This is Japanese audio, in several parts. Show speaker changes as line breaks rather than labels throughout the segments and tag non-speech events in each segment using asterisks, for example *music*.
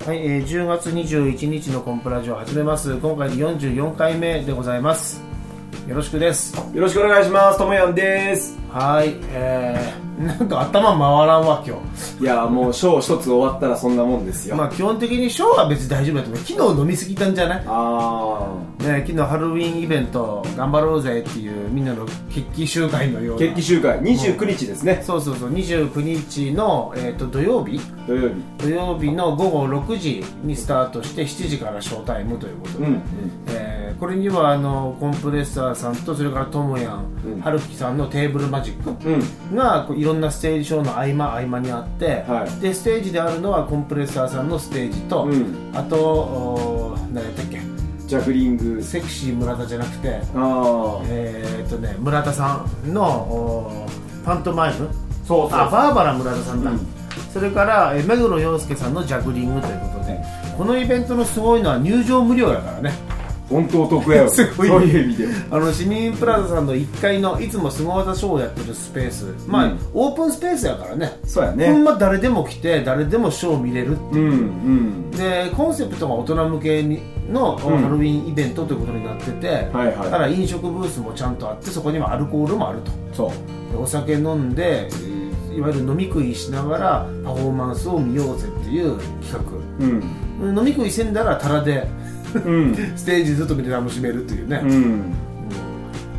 えー10月21日のコンプラジオを始めます今回で44回目でございますよろしくです
よろしくお願いします。ともやんです。
はいえー、なんか頭回らんわ今
いや、もう、ショー一つ終わったらそんなもんです
日
よ。
まあ基本的にショーは別に大丈夫だと思う昨日飲みすぎたんじゃない
あ
ね、昨日ハロウィンイベント頑張ろうぜっていうみんなの決起集会のよ
ー。
うな
決起集会、29日ですね。
そうそうそう29日の、えー、と土曜日
土曜日。
土曜日の午後6時にスタートして7時からショータイムということ
う
で、
ん。うん
えーこれにはあのコンプレッサーさんとそれからともや
うん
ん、はるきさんのテーブルマジック
うん。
がこういろんなステージショーの合間合間にあって、
はい
でステージであるのはコンプレッサーさんのステージと、
うん
あとおー何やったっけ
ジャグリング。
セクシー村田じゃなくて
ああ。
えーっとね村田さんのおーパントマイム
そう
あバーバラ村田さんだ、
うん
それからえー目黒陽介さんのジャグリングということでこのイベントのすごいのは入場無料だからね
本当お得や
*laughs*
よ。
すごい
そういう意味で。
あの市民プラザさんの1階のいつもスゴ技ショーをやってるスペースまあ、
うん
オープンスペースやからね
そうや
ほん
ね。
ま誰でも来て誰でもショー見れる
うん。うん。
でコンセプトが大人向けにの、
ん
ハロウィンイベントということになってて、
はいはい
ただ飲食ブースもちゃんとあってそこにはアルコールもあると
そう。
でお酒飲んでいわゆる飲み食いしながらパフォーマンスを見ようぜっていう企
うん。
画飲み食いせんだらタラで
うん。
ステージずっと見て楽しめるというね、
うん。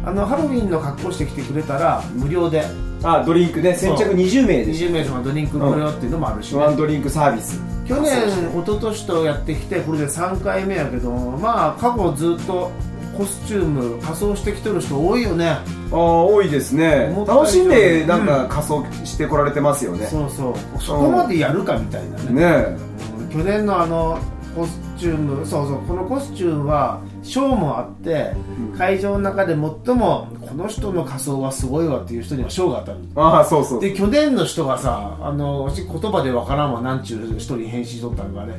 あのハロウィンの格好してきてくれたら無料で
あ、ドリンクね。先着20名でし
20名様ドリンク無料っていうのもあるし、
た。ワンドリンクサービス。
去年一昨年とやってきてこれで3回目やけどまあ過去ずっとコスチューム仮装してきてる人多いよね
ああ、多いですね
思。った以上
楽しんで、なんか仮装してこられてますよね。
そうそうそこまでやるかみたいなね
ねえ。
うん去年のあのコスチュームそうそうこのコスチュームはショーもあって、
うん
会場の中で最もこの人の仮装はすごいわっていう人には賞が当たる
ああ、そうそう。
で去年の人がさあの私言葉でわからんわなんちゅう人に返信しとったのがね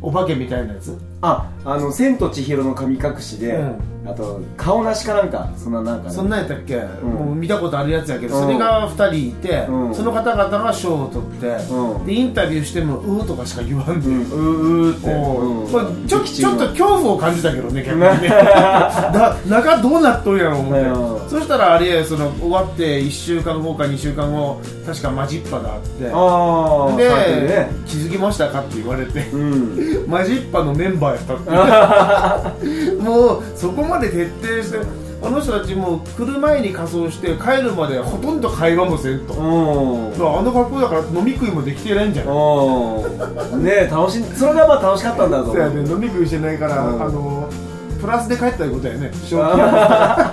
お化けみたいなやつ
あ、あの、千と千尋の神隠しで、
う
あと、顔なしかなんか、そんななんか、ね、
そんなんやったっけ、
ん
もう見たことあるやつやけど、
うん
それが2人いて、
うん
その方々が賞を取って、
うん
でインタビューしても「うー」とかしか言わんで、
うん、うーうーって。
おー
うん
これちょ
激
ちょ
沈
っ
が
と恐怖を感じたけどね逆に
*laughs*
ねな中どうなっとんやろ思って、
うん
そしたらあれその終わって1週間後か2週間後確かマジッパがあって
ああ、
で、
書いてるね。
気づきましたかって言われて
うん。
マジッパのメンバーやったって *laughs* もうそこまで徹底してあの人たちもう来る前に仮装して帰るまでほとんど会話もせんと、
うん。
あの格好だから飲み食いもできてないんじゃない
うん。ねえ、楽しん、それがまあ楽しかったんだぞ。
そうやね飲み食いしてないから、
うん
あのプラスで帰ったいうことやね正気
あ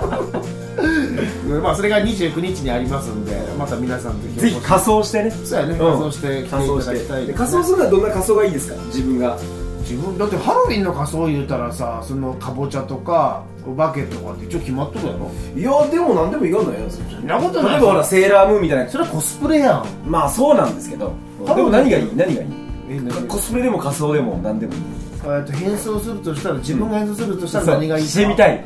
まあそれが29日にありますんでまた皆さん
ー *laughs* ぜひ仮装してね。
そうやね仮装して来て
仮
い
装
た
し
だきたい、
て。仮装するのはどんな仮装がいいですか自分が。
自分だってハロウィンの仮装言うたらさそのかぼちゃとかお化けとかって一応決まっとくやろ
いや、でも何でもいかんのよ。そ
んなことない
例えばほら、セーラームーンみたいな。
それはコスプレやん
まあそうなんですけど。で
多分
も何がいい何がいい
えー
コスプレでも仮装でも何でもいい。
と変装するとしたら自分が変装するとしたら何がいいか
してみたい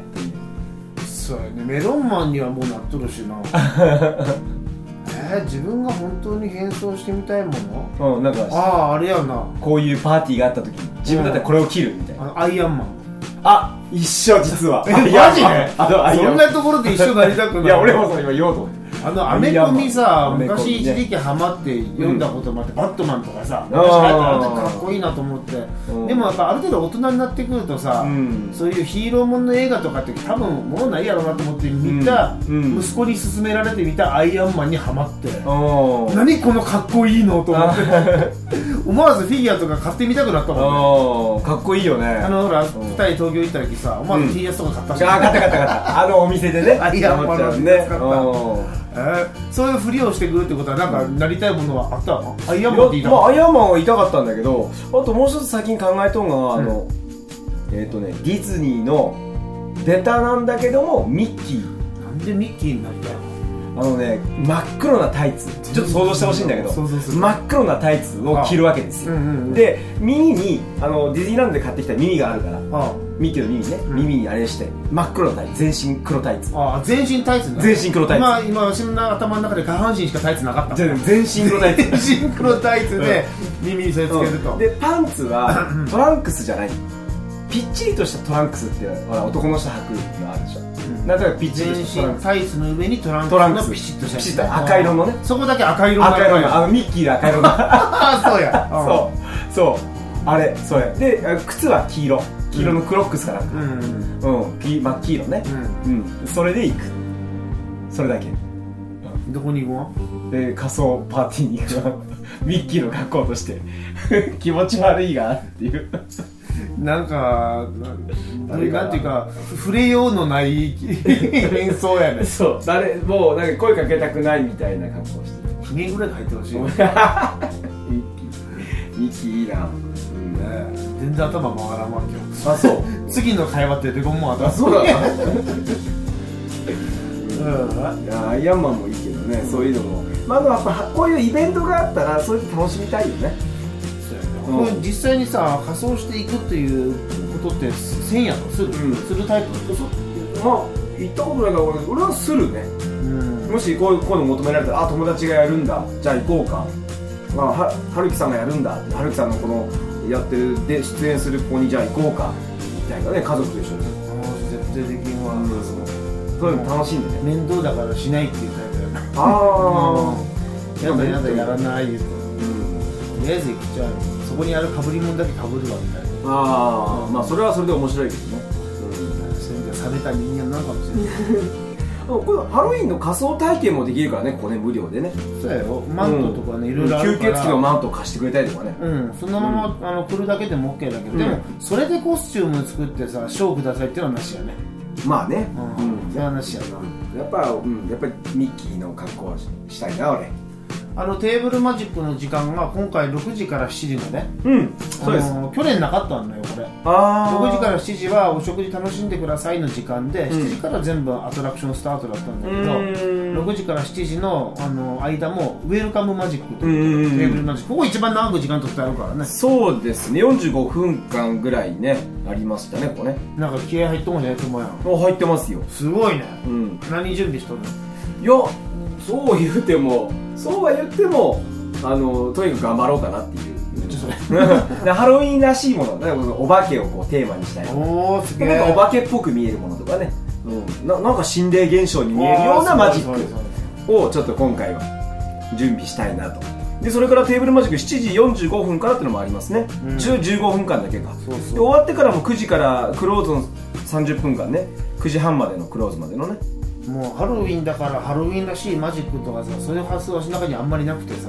そうやねメロンマンにはもうなっとるしな
*laughs*
えー、自分が本当に変装してみたいもの
うんなんか
あああれやな
こういうパーティーがあった時に自分だったらこれを切るみたい
あ
な
のアイアンマン
あ一緒実 *laughs* は
えマジで
あのあいや
そんなところで一緒になりたくない
いや俺もそれ今言おうと思って
あのアメコミさ
アメコミね
昔一時期ハマって読んだこともあって、バットマンとかさ昔流行ったのあれかっこいいなと思って
うん
でもやっぱある程度大人になってくるとさ、
うん
そういうヒーローもんの映画とかって多分もうないやろうなと思って見た、
うんうん
息子に勧められて見たアイアンマンにハマって、
おー
何このかっこいいのと思
*laughs*
って思わずフィギュアとか買ってみたくなったもんね
おーかっこいいよね
あ
あ
のほら
うん
2人東京行った時さ思わず TS とか買った
あ
し、
ー買った買った買ったあのお店でね
あいや
まっちゃ
ま
ん
だ
ね
使った
おー
えーそういうふりをしてくるってことはなんかなりたいものはあったのアイアンマンって
い
言い
や
た
ま
の
あアイアンマンは痛かったんだけどあともう一つ最近考えとんがあのえっとねディズニーのベタなんだけどもミッキー
なんでミッキーになったの
あのね真っ黒なタイツちょっと想像してほしいんだけど
想像する
真っ黒なタイツを着るわけですよ、
うんうんうん
で耳にあのディズニーランドで買ってきた耳があるから
あ
ミッキーの耳ね、
ん
耳にあれして真っ黒なタイツ全身黒タイツ
ああ全身タイツな
全身黒タイツ
今今私の頭の中で下半身しかタイツなかった
じゃあ全身黒タイツ
全身黒タイツで、耳にそれつけると、
でパンツは
うん
トランクスじゃないぴっちりとしたトランクスってほら男の人履くのあるでしょ、
うん
なんとなくぴっちり
全
としたトラン
身
クス
タイツの上にトラン
トランク
クス
ス
のピシッとしたやつ
ピシッと赤色のね
そこだけ赤色
赤色の
あ
あのミッキーの赤色の
あそうや
*laughs* そうそうあれそれであ靴は黄色黄色のクロックスかなんか
うんうん
うん、き真っ黄色ね
うん
うんそれで行くそれだけ
どこに行くの
で仮装パーティーに行く *laughs* わミッキーの格好として *laughs* 気持ち悪いがっていう
なんかな
誰かな
なんていうか触れようのない *laughs* 演奏やね
*laughs* そう誰もうなんか声かけたくないみたいな格好してる
2年ぐらいで入ってほしい、ね、
ミッキーミッキーいいな、う
*laughs*
ん、
全然頭回らんわ今日
あそう
次の会話ってレゴンもあった
*laughs* あそうだな
うん
いやアイアンマンもいいけどねそういうのもまあでもやっぱこういうイベントがあったらそういうの楽しみたいよね
これ実際にさ仮装していくっていうことってせんやとする、
うん
するタイプの人
まあ行ったことないから俺はするね
うん
もしこういうこういうの求められたらあ友達がやるんだじゃあ行こうか、まあ、ははるきさんがやるんだはるきさんのこのやってるで出演する子にじゃあ行こうかみたいなね家族と一緒に
絶対できんわ、
そういうの楽しんでね
面倒だからしないっていうタイプやな
ああ
やだやだやら
い、
ない言うてとりあえず行っちゃうそこにあるかぶり物だけかぶるわみたいな
ああまあそれはそれで面白いけどね、
それじゃ冷めた人間なのかもしれない
でもこれハロウィンの仮装体験もできるからねここね無料でね
そうやよマントとかね、いろいろあ
吸
るから
血鬼のマントを貸してくれたりとかね、
うん、そのまま、あの来るだけでも OK だけど、
うん
でもそれでコスチューム作ってさ賞くださいっていうのはなしやね
まあね、
う
うん
ん、それはなしやな
やっぱ、うん、やっぱりミッキーの格好をししたいな俺
あのテーブルマジックの時間が今回6時から7時まで
うん
あの去年なかったんだよこれ
あ
6時からら7時はお食事楽しんでくださいの時間で、
うん
7時から全部アトラクションスタートだったんだけど、
6
6時から7時のあの間もウェルカムマジックと
うんうん
い
うん
うテーブルマジックここ一番長く時間取ってあるからね
そうですね45分間ぐらいねありましたねこれね
なんか気合入っとんじゃないと思うやん
もう入ってますよ
すごいね
うん
何準備しとるの
いやそう言うてもそうは言ってもあのとにかく頑張ろうかなっていう
ちょそれ
*laughs* でハロウィンらしいものだからこそお化けをこうテーマにしたい
おおすげえ
なんかお化けっぽく見えるものとかね、うん、ななんか心霊現象に見えるようなマジックをちょっと今回は準備したいなとでそれからテーブルマジック7時45分からってのもありますね、
うん
10 15分間だけか
そうそう
で終わってからも9時からクローズの30分間ね9時半までのクローズまでのね
もうハロウィンだからハロウィンらしいマジックとかさそういう発想は中にあんまりなくてさ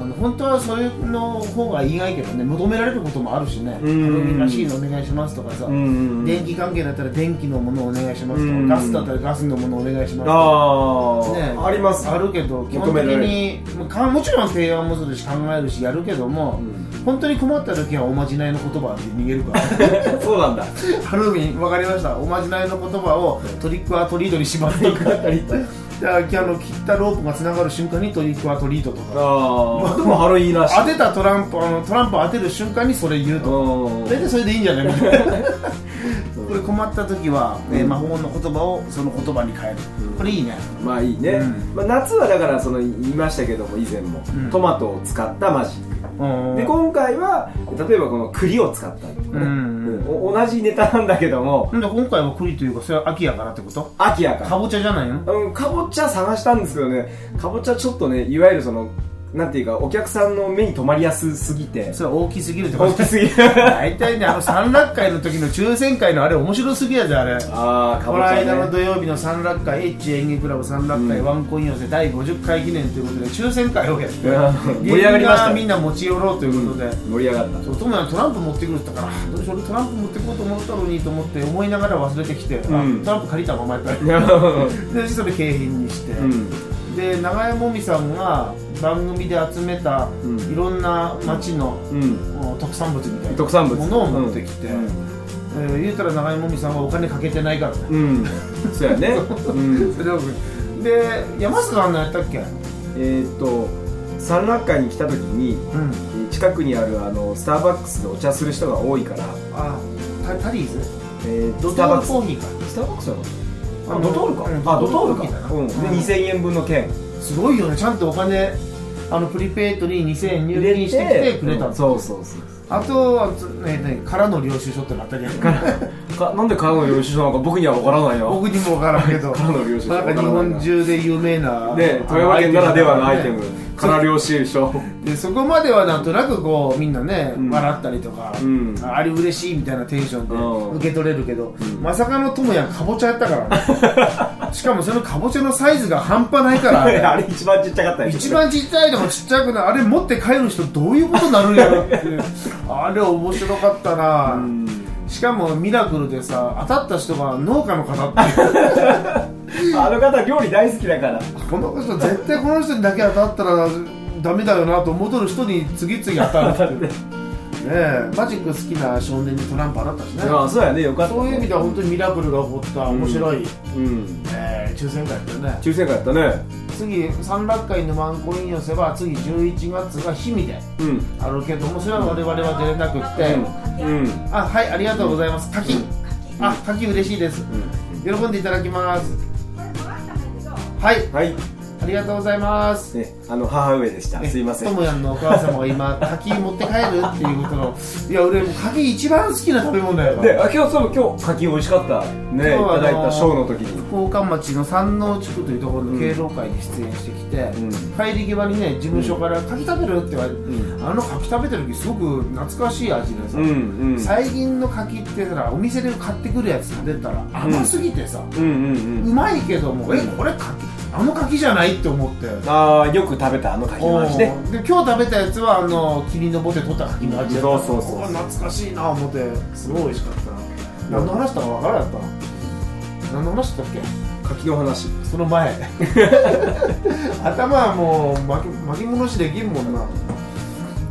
あの本当はそれの方が意外けどね求められることもあるしねハロウ
うん
ィンらしいのお願いしますとかさ
ん
電気関係だったら電気のものをお願いしますとか
うん
ガスだったらガスのものをお願いしますとか
ああ、
ね
あります
あるけど基本的にまあかもちろん提案もするし考えるしやるけども、
う
本当に困った時はおまじないの言葉で逃げるから
*laughs* そうなんだ
ハロウィンわかりましたおまじないの言葉をトリックはトリートに縛っていくじゃああの切ったロープがつながる瞬間にトリックはトリートとか
ああでもハロウィンらしい
当てたトランプあのトランプを当てる瞬間にそれ言うと
うん
大体それでいいんじゃない
*laughs*
みたいなこれ困った時は、ね
うん
魔法の言葉をその言葉に変える、
うん
これいいね
まあいいね、
うん
まあ、夏はだからその言いましたけども以前も、
うん
トマトを使ったマジックで今回は例えばこの栗を使ったりとかね、
うん
うんお同じネタなんだけども
なんで今回は栗というかそれは秋やからってこと
秋やから
かぼちゃじゃないの
うんかぼちゃ探したんですけどねかぼちゃちょっとねいわゆるそのなんていうかお客さんの目に留まりやすすぎて
それは大きすぎるってこ
大
と
きすぎ
*laughs*
る *laughs*
大体ねあの三楽会の時の抽選会のあれ面白すぎやであれ
ああか
こ
ぼ
の
ちゃ、ね、
間の土曜日の三楽会、エッチ演技クラブ三楽会、
うん
ワンコイン寄せ第50回記念ということで、抽選会をやって、
うん盛り上がりまし
芸人
た
がみんな持ち寄ろうということで、
盛り上がった
そう友達トランプ持ってくるって言ったから、どうしよう、俺トランプ持ってこうと思ったのにと思って、思いながら忘れてきて、あ
うん
トランプ借りたままやったり、で、それ景品にして、
うん
で、長江もみさんが番組で集めた
うん
いろんな町の、
うん
うん特産物みたいな
特産物
ものを持ってきて、
うん、
えー言うたら長江もみさんはお金かけてないからね。
うんそうやね、うん、
それをで山下さんのやったっけう
えーっと三楽会に来た時
ん
にえー近くにあるあのスターバックスでお茶する人が多いから、
あタタリーズ
えー
ドト
ス
ー
ターバッ
ル
ク
コ
ス
ーヒーか
スターバックスだろ
あ
あドトールか、
うん
あドトー
ドトー
ル
ル
か、
か
うん、で2000円分の券
すごいよねちゃんとお金あのプリペイトに2000円入金してきてくれたんです
そうそうそう
あとはつ、ねね、空の領収書ってのあ
*laughs*
ったけど
か *laughs* なんでカーの領収書なんか僕には分からないよ
僕にも分からんけど
*laughs* 空の領収書
なんか日本中で有名な
ね富山県ならではのアイテム空領収書
でそこまではなんとなくこうみんなね、
うん
笑ったりとか、
うん
あれ嬉しいみたいなテンション
うん
で受け取れるけど、まさかの智也かぼちゃやったから、
*laughs*
ね、しかもそのかぼちゃのサイズが半端ないか
あれ
ら
あれ一番ちっちゃかったやつ
一番ちっちゃいのもちっちゃくないあれ持って帰る人どういうことになるんやろっていうあれ面白かったな、
うん
しかもミラクルでさ当たった人が農家の方っていう
あの方料理大好きだから
この人絶対この人にだけ当たったらダメだよなと思うとる人に次々当たるっ
*laughs*
ていうねえマジック好きな少年にトランプ当たったしね
ああそうやねよかった
そういう意味では本当にミラクルが起こった面白い、
うん
えー抽選会だったよね
抽選会やったね
次三楽会のマンコイン寄せは次11月が氷見で
うん
あるけどもそれは我々は出れなくって、
うんうん
あはいありがとうございます滝、あ滝嬉しいです、喜んでいただきますはい
はい
ありがとうございます
ねあの母上でしたすいませ
と
ん
もやんのお母様が今滝持って帰るっていうことのいや俺もう滝一番好きな食べ物だよ
であ今日そう今日柿美味しかったねい
今日は
ただい
あのー
たショーの時に
福岡町の山王地区というところの敬老会に出演してきて、
ん
帰り際にね事務所から「柿食べる?」って言われて、あの柿食べてる時すごく懐かしい味でさ、
うんうん
最近の柿ってさお店で買ってくるやつ食べたら甘すぎてさ、
うんうん
う
うん
まいけどもえこれ柿あの柿じゃないって思って。
ああよく食べたあの柿の味ね
で今日食べたやつはあのキリンのボテ取った柿の味だった
そうそうそう
ここ懐かしいな思ってすごい美味しかったな何の話だか分からんやったな何の話だったっけ
柿の話
その
*laughs*
前頭はもう巻き巻き戻しできんもんな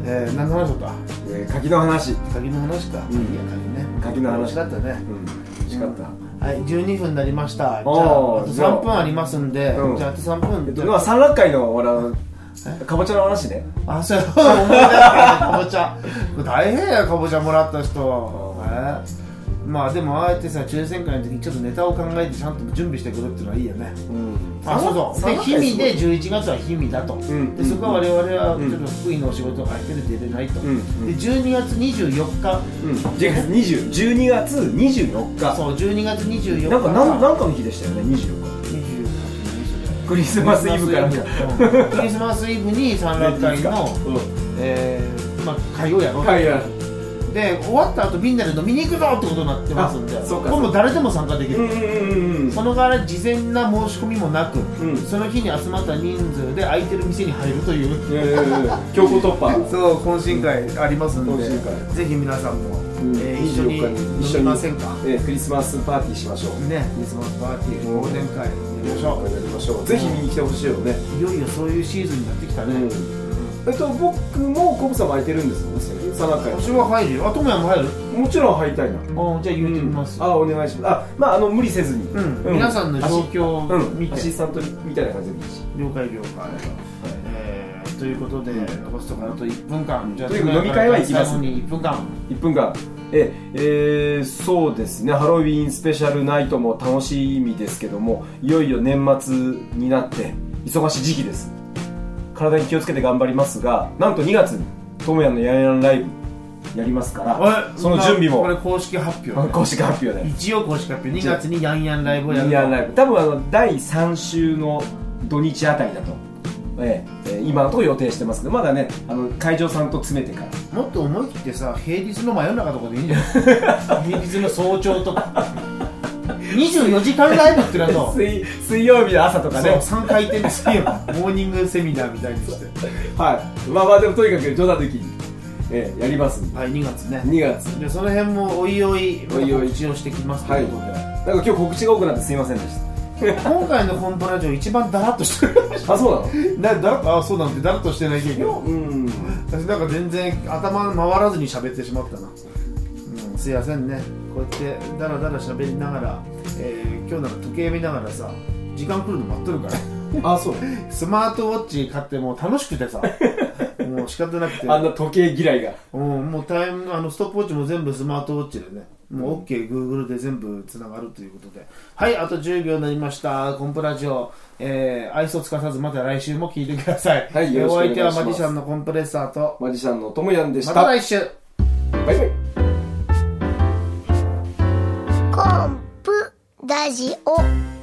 えー、何の話だっ
えー柿の話
た鍵の話か、
うん
いや鍵ね
鍵の話
だったね
うん美味しかった
はい12分になりましたじゃああ
おー
と
じゃあ
3分ありますんで、
うん
じゃああと3
えっ
分
とまあ三楽会のほらかぼちゃの話ね
あそうや思い出したね *laughs* かぼちゃこれ大変やかぼちゃもらった人えーまあでもああやってさ抽選会の時にちょっとネタを考えてちゃんと準備してくるっていうのはいいよね
うん
あそうそうで氷見で11月は氷見だと、
ん
でそこは我々はちょっと福井のお仕事が入ってる出れないと、
うん
で12月24日、
うん10 12月24日
そう12月24日
なんかなん
が
なんかの日でしたよね
24
24日クリスマスイブから
うんクリスマスイブに三楽会の、えーまあ、火曜やろう
会や
で終わった後みんなで飲みに行くぞってことになってますんで
あそうか
これもう誰でも参加でき
う
る、
んうんうんうん
その代わり事前な申し込みもなく、
うん
その日に集まった人数で空いてる店に入るという
強行突破
そう懇親会ありますんで
懇親会
ぜひ皆さんも、
うん
えー一緒に
24日に
飲みませんか
えークリスマスパーティーしましょう
ねクリスマスパーティー
うん
ゴールデン会やりましょ
やりましょうぜひ見に来てほしいよね
ういよいよそういうシーズンになってきたね、
うんえっと僕もコブさんも空いてるんですよね三楽会
私は入るよあともやも入る
もちろん入りたいな
あじゃあ言うてみます、
あお願いしますあまああの無理せずに、
うん皆さんの状況を
アシ
見て
うん、アシスタントみたいな感じでもいいし
了解了解、えーということで残すところあと1分間、じゃあ
とにかく飲み会は行きます
最後に1分間
1分間ええーそうですねハロウィンスペシャルナイトも楽しみですけどもいよいよ年末になって忙しい時期です体に気をつけて頑張りますがなんと2月にトモヤンのややんライブやりますからその準備
これ
も
公式発表、
公式発表で
一応公式発表2月にヤンヤンライブをやる
ミニアンライブ多分あの第3週の土日あたりだと、ええええ今のところ予定してますけどまだねあの会場さんと詰めてから
もっと思い切ってさ平日の真夜中とかでいいんじゃ
*laughs*
ない平日の早朝とか24時間ライブってなと
水水曜日の朝 *laughs* とかね
3回転スピンモーニングセミナーみたいにして
はいまあまあでもとにかく冗談的に、ええやりますんで
はい2月ね
2月
でその辺もおいおい
おいおい
一応してきますと
はいいう
ことで、
なんか今日告知が多くなってすいませんでし
今回のコンプラジオ一番ダラッとしてる
たあそうなの
なだらっとあそうなんてダラッとしてないけど *laughs*
うん
私なんか全然頭回らずに喋ってしまったな、うん、すいませんねこうやってダラダラ喋りながら、えー今日なんか時計見ながらさ *laughs* 時間来るの待っとるから
あそう
*laughs* スマートウォッチ買ってもう楽しくてさもう仕方なくて
あんな時計嫌いが
うん、もうタイムあのストップウォッチも全部スマートウォッチでねもう OKGoogle で全部つながるということではいあと10秒になりましたコンプラジオ、えー、愛想つかさずまた来週も聞いてください、
はいよろしく
お
お願
相
いし
手
ま
は
す
マジシャンのコンプレッサーと
マジシャンのともやんでし
ま
た
た来週
バイバイ
コンプラジオ